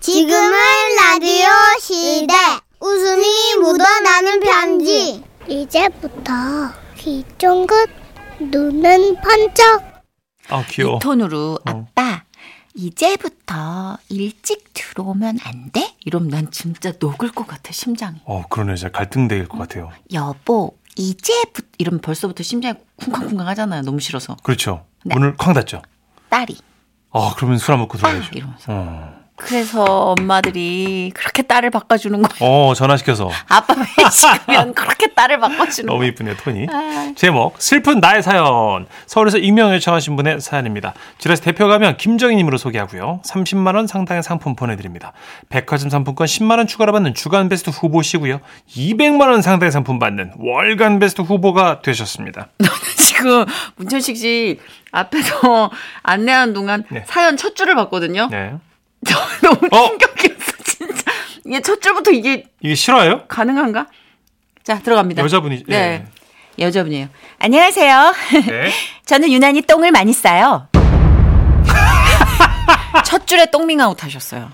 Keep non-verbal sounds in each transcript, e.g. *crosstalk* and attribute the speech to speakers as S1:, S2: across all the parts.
S1: 지금은 라디오 시대. 웃음이 묻어나는 편지. 이제부터 귀 쫑긋, 눈은 번쩍.
S2: 아 귀여워.
S3: 이 톤으로
S2: 어.
S3: 아빠 이제부터 일찍 들어오면 안 돼? 이러면 난 진짜 녹을 것 같아 심장이.
S2: 어 그러네 진짜 갈등될 것 같아요.
S3: 여보 이제부터 이러면 벌써부터 심장이 쿵쾅쿵쾅 하잖아요. 너무 싫어서
S2: 그렇죠.
S3: 네.
S2: 문을 쾅 닫죠.
S3: 딸이
S2: 아 그러면 술 안 먹고
S3: 빵
S2: 들어가야죠.
S3: 이러면서.
S2: 어,
S3: 그래서 엄마들이 그렇게 딸을 바꿔주는 거예요.
S2: 어 전화 시켜서
S3: *laughs* 아빠 회식하면 그렇게 딸을 바꿔주는
S2: 너무
S3: 거예요.
S2: 이쁘네요 톤이.
S3: 아.
S2: 제목 슬픈 나의 사연 서울에서 익명 요청하신 분의 사연입니다. 지라스 대표 가면 김정희님으로 소개하고요. 30만 원 상당의 상품 보내드립니다. 백화점 상품권 10만 원 추가로 받는 주간 베스트 후보시고요. 200만 원 상당의 상품 받는 월간 베스트 후보가 되셨습니다.
S3: 지금 문천식 씨 앞에서 *laughs* 안내하는 동안
S2: 네.
S3: 사연 첫 줄을 봤거든요.
S2: 네.
S3: 저 *laughs* 너무
S2: 어?
S3: 충격이었어 진짜. 이게 첫 줄부터 이게
S2: 이게 실화예요? *clears throat*
S3: 가능한가? 자 들어갑니다.
S2: 여자분이- 예.
S3: 네. 여자분이에요. 안녕하세요.
S2: 네.
S3: *laughs* 저는 유난히 똥을 많이 싸요. *laughs* 첫 줄에 똥밍아웃 하셨어요.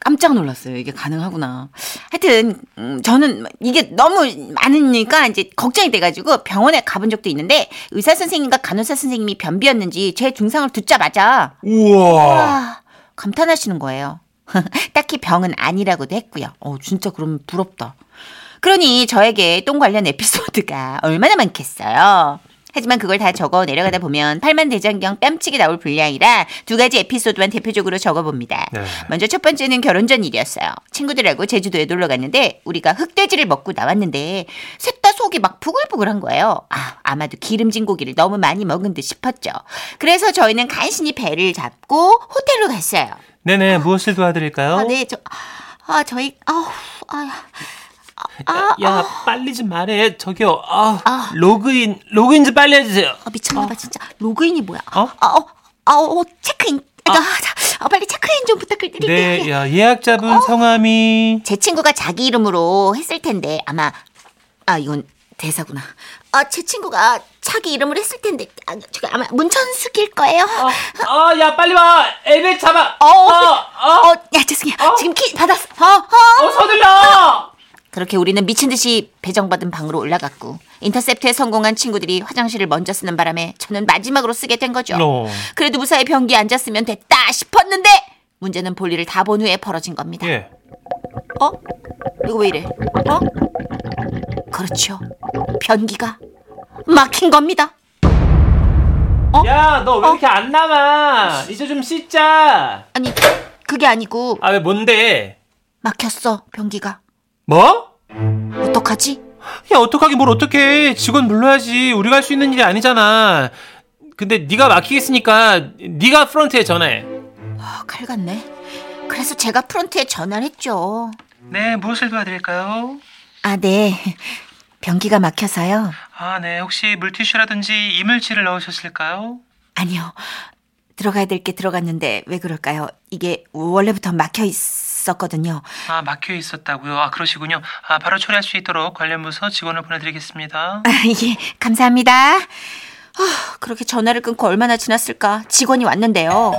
S3: 깜짝 놀랐어요. 이게 가능하구나. 하여튼 음, 저는 이게 너무 많으니까 이제 걱정이 돼가지고 병원에 가본 적도 있는데 의사 선생님과 간호사 선생님이 변비였는지 제 증상을 듣자마자
S2: 우와.
S3: 아, 감탄하시는 거예요. *laughs* 딱히 병은 아니라고도 했고요. 어, 진짜 그럼 부럽다. 그러니 저에게 똥 관련 에피소드가 *laughs* 얼마나 많겠어요. 하지만 그걸 다 적어 내려가다 보면 팔만 대장경 뺨치게 나올 분량이라 두 가지 에피소드만 대표적으로 적어봅니다.
S2: 네.
S3: 먼저 첫 번째는 결혼 전 일이었어요. 친구들하고 제주도에 놀러 갔는데 우리가 흑돼지를 먹고 나왔는데 셋 다 속이 막 부글부글한 거예요. 아, 아마도 기름진 고기를 너무 많이 먹은 듯 싶었죠. 그래서 저희는 간신히 배를 잡고 호텔로 갔어요.
S2: 네네 무엇을 도와드릴까요?
S3: 아, 네, 저, 아, 저희, 아우, 아,
S2: 야 빨리 좀 말해 저기요 아, 로그인 로그인 좀 빨리 해주세요
S3: 아, 미쳤나봐 진짜. 로그인이 뭐야?
S2: 어?
S3: 아, 어, 아, 어, 체크인. 아, 자, 아, 빨리 체크인 좀 부탁드릴게요. *laughs*
S2: 네 야, 예약자분 성함이
S3: 제 친구가 자기 이름으로 했을 텐데 아마 아 이건 대사구나. 아 제 친구가 자기 이름으로 했을 텐데 아, 저기 아마 문천숙일 거예요.
S2: 아 야 빨리 와 애를 잡아
S3: 어,
S2: 어,
S3: 어, 야 죄송해요. 지금 키 받았어. 어, 어.
S2: 서둘러
S3: 그렇게 우리는 미친 듯이 배정받은 방으로 올라갔고 인터셉트에 성공한 친구들이 화장실을 먼저 쓰는 바람에 저는 마지막으로 쓰게 된 거죠.
S2: 어.
S3: 그래도 무사히 변기에 앉았으면 됐다 싶었는데 문제는 볼일을 다 본 후에 벌어진 겁니다.
S2: 예
S3: 어? 이거 왜 이래? 어? 그렇죠. 변기가 막힌 겁니다.
S2: 어?
S4: 야 너 왜 이렇게 안 남아 이제 좀 씻자
S3: 아니, 그게 아니고
S4: 아 왜 뭔데
S3: 막혔어, 변기가.
S2: 뭐?
S3: 어떡하지?
S2: 야 어떡하게 뭘 어떡해 직원 불러야지 우리가 할 수 있는 일이 아니잖아 근데 네가 막히겠으니까 네가 프런트에 전화해
S3: 아, 칼 같네. 그래서 제가 프런트에 전화를 했죠.
S2: 네 무엇을 도와드릴까요?
S3: 아, 네. 변기가 막혀서요.
S2: 아 네 혹시 물티슈라든지 이물질을 넣으셨을까요?
S3: 아니요. 들어가야 될 게 들어갔는데 왜 그럴까요? 이게 원래부터 막혀 있었거든요.
S2: 아 막혀 있었다고요. 아 그러시군요. 아 바로 처리할 수 있도록 관련 부서 직원을 보내드리겠습니다.
S3: 아, 예, 감사합니다. 아, 그렇게 전화를 끊고 얼마나 지났을까? 직원이 왔는데요.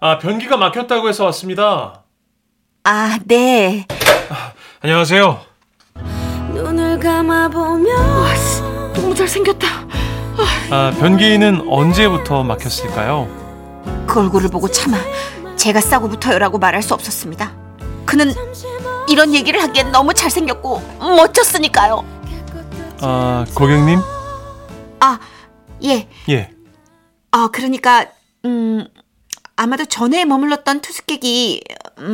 S2: 아 변기가 막혔다고 해서 왔습니다.
S3: 아, 네.
S2: 안녕하세요.
S5: 눈을 감아보면
S3: 너무 잘생겼다.
S2: 아 변기는 언제부터 막혔을까요?
S3: 그 얼굴을 보고 참아 제가 싸고 붙어요라고 말할 수 없었습니다. 그는 이런 얘기를 하기엔 너무 잘생겼고 멋졌으니까요.
S2: 아 고객님?
S3: 아, 예.
S2: 예.
S3: 아, 그러니까 음 아마도 전에 머물렀던 투숙객이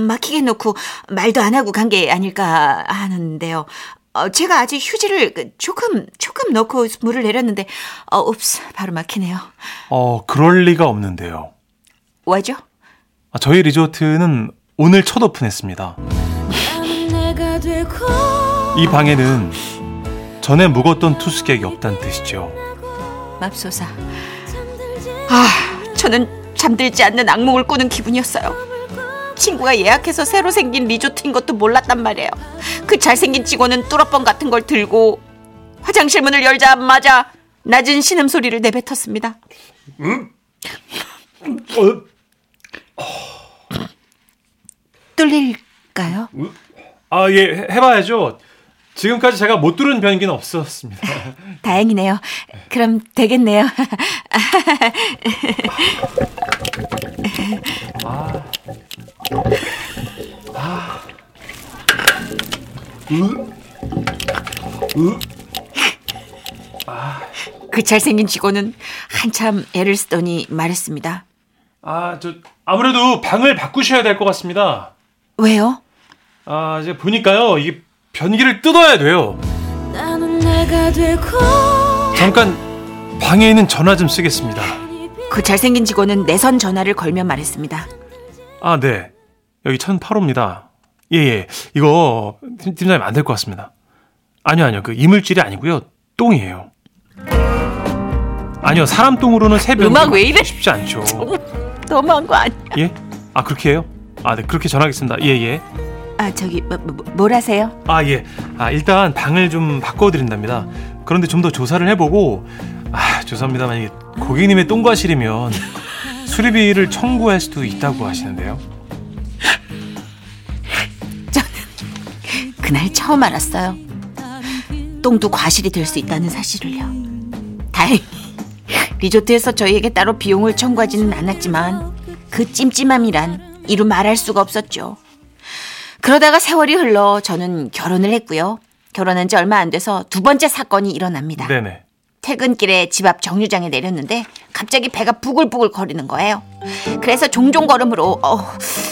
S3: 막히게 놓고 말도 안 하고 간 게 아닐까 하는데요. 어, 제가 아직 휴지를 그 조금 조금 넣고 물을 내렸는데 어, 옵스 바로 막히네요.
S2: 어 그럴 리가 없는데요.
S3: 와죠?
S2: 아, 저희 리조트는 오늘 첫 오픈했습니다.
S5: 나는 내가 되고
S2: 이 방에는 전에 묵었던 투숙객이 없다는 뜻이죠.
S3: 맙소사.
S5: 잠들지
S3: 아, 저는 잠들지 않는 악몽을 꾸는 기분이었어요. 친구가 예약해서 새로 생긴 리조트인 것도 몰랐단 말이에요. 그 잘생긴 직원은 뚜러뻥 같은 걸 들고 화장실 문을 열자마자 낮은 신음 소리를 내뱉었습니다. 어? 뚫릴까요?
S6: 아, 예, 해봐야죠. 지금까지 제가 못 뚫은 변기는 없었습니다.
S3: 다행이네요. 그럼 되겠네요. 그 잘생긴 직원은 한참 애를 쓰더니 말했습니다.
S6: 아, 저, 아무래도 방을 바꾸셔야 될 것 같습니다.
S3: 왜요?
S6: 아, 이제 보니까요, 이게 변기를 뜯어야 돼요.
S5: 나는 내가 되고
S6: 잠깐, 방에 있는 전화 좀 쓰겠습니다.
S3: 그 잘생긴 직원은 내선 전화를 걸며 말했습니다.
S6: 아, 네. 여기 1008호입니다. 예, 예. 이거, 팀, 팀장님 안 될 것 같습니다. 아니요, 아니요. 그 이물질이 아니고요. 똥이에요. 아니요, 사람 똥으로는 새 변기.
S3: 음악 왜 이래?
S6: 쉽지 않죠.
S3: 너무한 거 아니야?
S6: 예? 아, 그렇게 해요? 아, 네. 그렇게 전화하겠습니다. 예, 예.
S3: 아 저기 뭐, 뭐, 뭐라세요?
S6: 아 예. 아 일단 방을 좀 바꿔드린답니다. 그런데 좀 더 조사를 해보고 아 죄송합니다만 이게 고객님의 똥과실이면 수리비를 청구할 수도 있다고 하시는데요.
S3: 그날 처음 알았어요. 똥도 과실이 될 수 있다는 사실을요. 다행히 리조트에서 저희에게 따로 비용을 청구하지는 않았지만 그 찜찜함이란 이루 말할 수가 없었죠. 그러다가 세월이 흘러 저는 결혼을 했고요. 결혼한 지 얼마 안 돼서 두 번째 사건이 일어납니다.
S6: 네네.
S3: 퇴근길에 집 앞 정류장에 내렸는데 갑자기 배가 부글부글 거리는 거예요. 그래서 종종 걸음으로 어,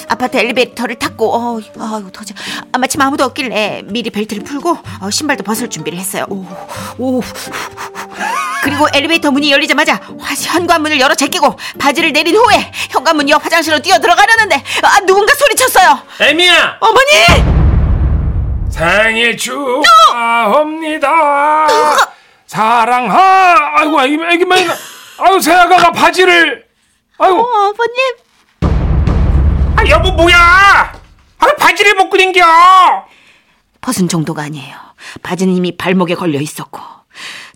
S3: 아파트 엘리베이터를 탔고 어, 아, 이거 터져. 아, 마침 아무도 없길래 미리 벨트를 풀고 어, 신발도 벗을 준비를 했어요. 오, 오. 그리고 엘리베이터 문이 열리자마자 화- 현관문을 열어 제끼고 바지를 내린 후에 현관문 옆 화장실로 뛰어 들어가려는데 아, 누군가 소리쳤어요.
S2: 에미야
S3: 어머니!
S6: 생일 축하합니다. 사랑하. 아이고 애기 애기만. 아유 세아가가 바지를. 아유.
S3: 어, 아버님
S2: 아 여보 뭐야 아 바지를 벗고 댕겨
S3: 벗은 정도가 아니에요. 바지는 이미 발목에 걸려 있었고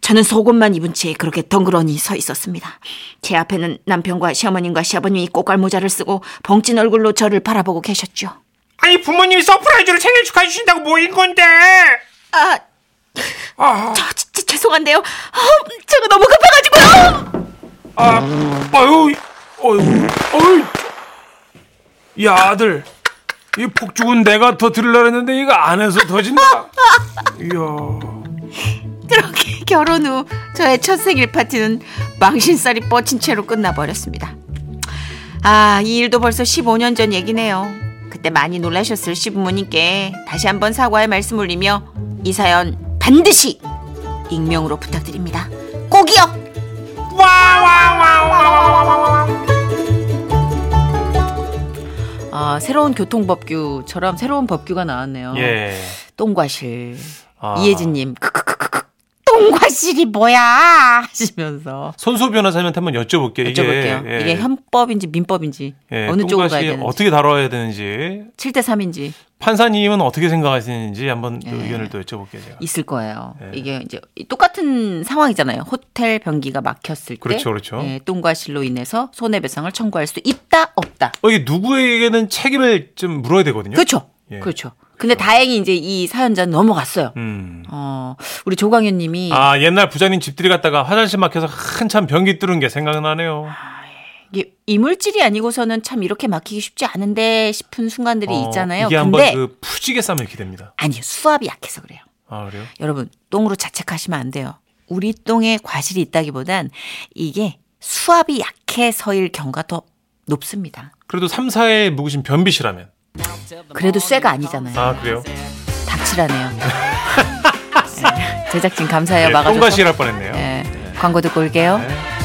S3: 저는 속옷만 입은 채 그렇게 덩그러니 서 있었습니다. 제 앞에는 남편과 시어머님과 시아버님이 꼬깔 모자를 쓰고 벙찐 얼굴로 저를 바라보고 계셨죠.
S2: 아니 부모님이 서프라이즈로 생일 축하해 주신다고 모인 건데
S3: 아,
S2: 아,
S3: 저 진짜 죄송한데요. 아, 제가 너무 급해가지고요.
S6: 아, 아유, 어유, 어유. 야 아들, 이 폭죽은 내가 터뜨리려 했는데 이거 안에서 터진다. 이야,
S3: 그렇게 *laughs* 결혼 후 저의 첫 생일 파티는 망신살이 뻗친 채로 끝나버렸습니다. 아, 이 일도 벌써 15년 전 얘기네요. 그때 많이 놀라셨을 시부모님께 다시 한번 사과의 말씀 올리며 이 사연 반드시 익명으로 부탁드립니다. 꼭이요! 아, 새로운 교통법규처럼 새로운 법규가 나왔네요.
S6: 예.
S3: 똥과실.
S6: 아.
S3: 이혜진님, 크크크크크. 똥과실이 뭐야? 하시면서.
S6: 손소 변호사님한테 한번 여쭤볼게요.
S3: 여쭤볼게요.
S6: 예,
S3: 이게 현법인지 민법인지
S6: 예,
S3: 어느 쪽으로 가야
S6: 똥과시
S3: 되는지
S6: 어떻게 다뤄야 되는지
S3: 7대 3인지
S6: 판사님은 어떻게 생각하시는지 한번 또
S3: 예.
S6: 의견을 또 여쭤볼게요. 제가.
S3: 있을 거예요.
S6: 예.
S3: 이게 이제 똑같은 상황이잖아요. 호텔 변기가 막혔을 때
S6: 그렇죠, 그렇죠.
S3: 예, 똥과실로 인해서 손해배상을 청구할 수 있다 없다.
S6: 어, 이게 누구에게는 책임을 좀 물어야 되거든요.
S3: 그렇죠.
S6: 예.
S3: 그렇죠. 근데 다행히 이제 이 사연자는 넘어갔어요.
S6: 음.
S3: 어, 우리 조광현 님이
S6: 아 옛날 부자님 집들이 갔다가 화장실 막혀서 한참 변기 뚫은 게 생각나네요.
S3: 이게 이물질이 아니고서는 참 이렇게 막히기 쉽지 않은데 싶은 순간들이
S6: 어,
S3: 있잖아요.
S6: 이게
S3: 근데
S6: 한번 그 푸지게 싸면 이렇게 됩니다.
S3: 아니요. 수압이 약해서 그래요.
S6: 아 그래요?
S3: 여러분 똥으로 자책하시면 안 돼요. 우리 똥에 과실이 있다기보단 이게 수압이 약해서일 경우가 더 높습니다.
S6: 그래도 3, 4에 묵으신 변비시라면.
S3: 그래도 쇠가 아니잖아요.
S6: 아 그래요? *laughs*
S3: 닥치라네요. 제작진 감사해요.
S6: 예,
S3: 막아줘서.
S6: 통과시랄 예, 뻔했네요.
S3: 예, 광고 듣고 올게요.
S6: 네.